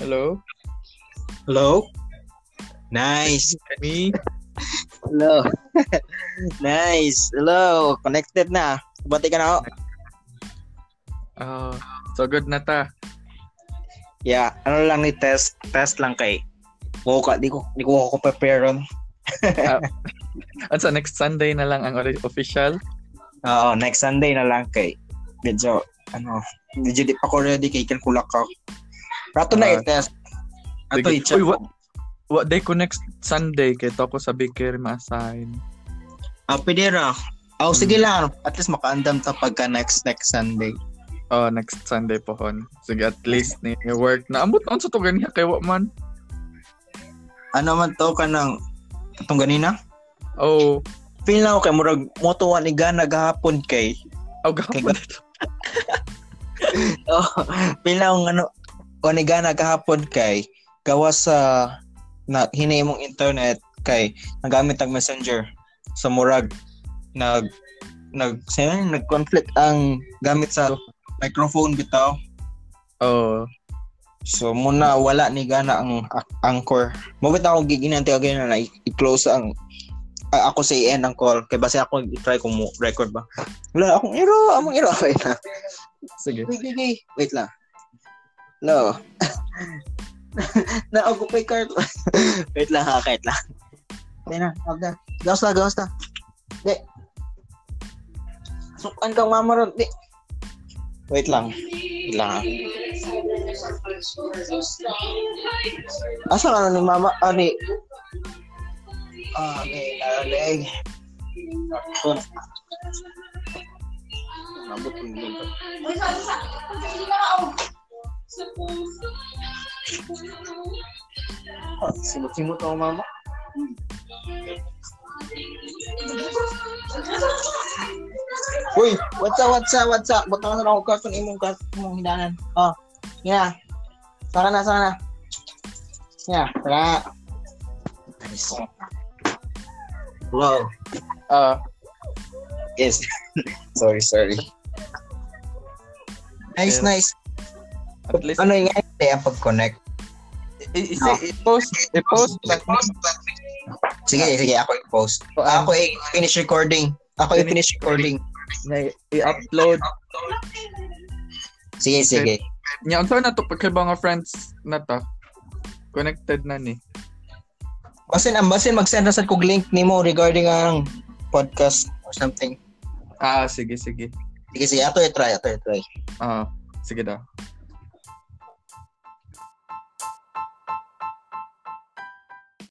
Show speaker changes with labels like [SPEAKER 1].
[SPEAKER 1] Hello?
[SPEAKER 2] Hello? Nice.
[SPEAKER 1] Me?
[SPEAKER 2] Hello. nice. Hello. Connected na. Bati ka na ako.
[SPEAKER 1] Oh, so good na ta.
[SPEAKER 2] Yeah. Ano lang ni test. Test lang kay. Wow ka. Di ko, di ko ako prepare ron.
[SPEAKER 1] At sa next Sunday na lang ang ori- official.
[SPEAKER 2] Oo. Next Sunday na lang kay. Medyo, ano. Medyo di pa ako ready kay. Kan kulak ka. Rato na
[SPEAKER 1] Ah.
[SPEAKER 2] i-test. Ato
[SPEAKER 1] Sige.
[SPEAKER 2] i-check.
[SPEAKER 1] Uy, what- Wa day ko next Sunday kay to ako sa bakery ma-assign.
[SPEAKER 2] Ah, pwede ra.
[SPEAKER 1] Hmm.
[SPEAKER 2] Oh, sige lang. At least makaandam ta pagka next next Sunday.
[SPEAKER 1] Oh, next Sunday po hon. Sige, at least ni ni work na. Ambot on sa to ganiya kay wa man.
[SPEAKER 2] Ano man to kanang itong ganina?
[SPEAKER 1] Oh,
[SPEAKER 2] Feel na ako kay murag moto ni Gana gahapon kay.
[SPEAKER 1] aw gahapon dito.
[SPEAKER 2] Oh, feel na akong ano ni Gana gahapon kay gawas sa na hinay mong internet kay nagamit ang messenger sa murag nag nag sayo, nag-conflict ang gamit sa microphone bitaw.
[SPEAKER 1] Oh,
[SPEAKER 2] So muna wala ni gana ang ang- anchor. Mabit ako giginanti ako na i- i-close ang a- ako sa i-end ang call kay base ako i-try kung mo- record ba. Wala akong iro, among iro wait lang.
[SPEAKER 1] sige.
[SPEAKER 2] Wait, wait, wait. Wait lang. No. na ako pa card. wait lang, ha, kahit lang. Okay na, wag na. Gawas na, gawas na. Di. Sukan kang mama ron, di. Wait lang. Wait lang, ha. Asa ka na ni mama? Ah, ni... Ah, ni... Ah, ni... Ako na. Nabot ko yung lingkod. Ah, Simot-simot ako, mama. Uy, what's up, what's up, what's up? Butang na lang ako karton imong karton imong hinanan. Oh, yeah. Saka na, saka na. Yeah, tara. Nice. Wow.
[SPEAKER 1] Ah,
[SPEAKER 2] Yes. sorry, sorry. Nice,
[SPEAKER 1] Pero-
[SPEAKER 2] nice.
[SPEAKER 1] at least
[SPEAKER 2] Ano yung ngayon kaya pag-connect?
[SPEAKER 1] i- i- i- i-post i-post lang.
[SPEAKER 2] Sige, sige, ako i-post. Ako i-finish recording. Ako i-finish recording.
[SPEAKER 1] Niya- i-upload
[SPEAKER 2] Sige, sige.
[SPEAKER 1] Nya unsa na to kay mga friends na ta. Connected na ni.
[SPEAKER 2] Basin, ang basin, mag-send na sa kog link nimo regarding ang podcast or something.
[SPEAKER 1] Ah, sige sige.
[SPEAKER 2] Sige, sige. Ato i-try, ato i-try.
[SPEAKER 1] Ah, sige daw.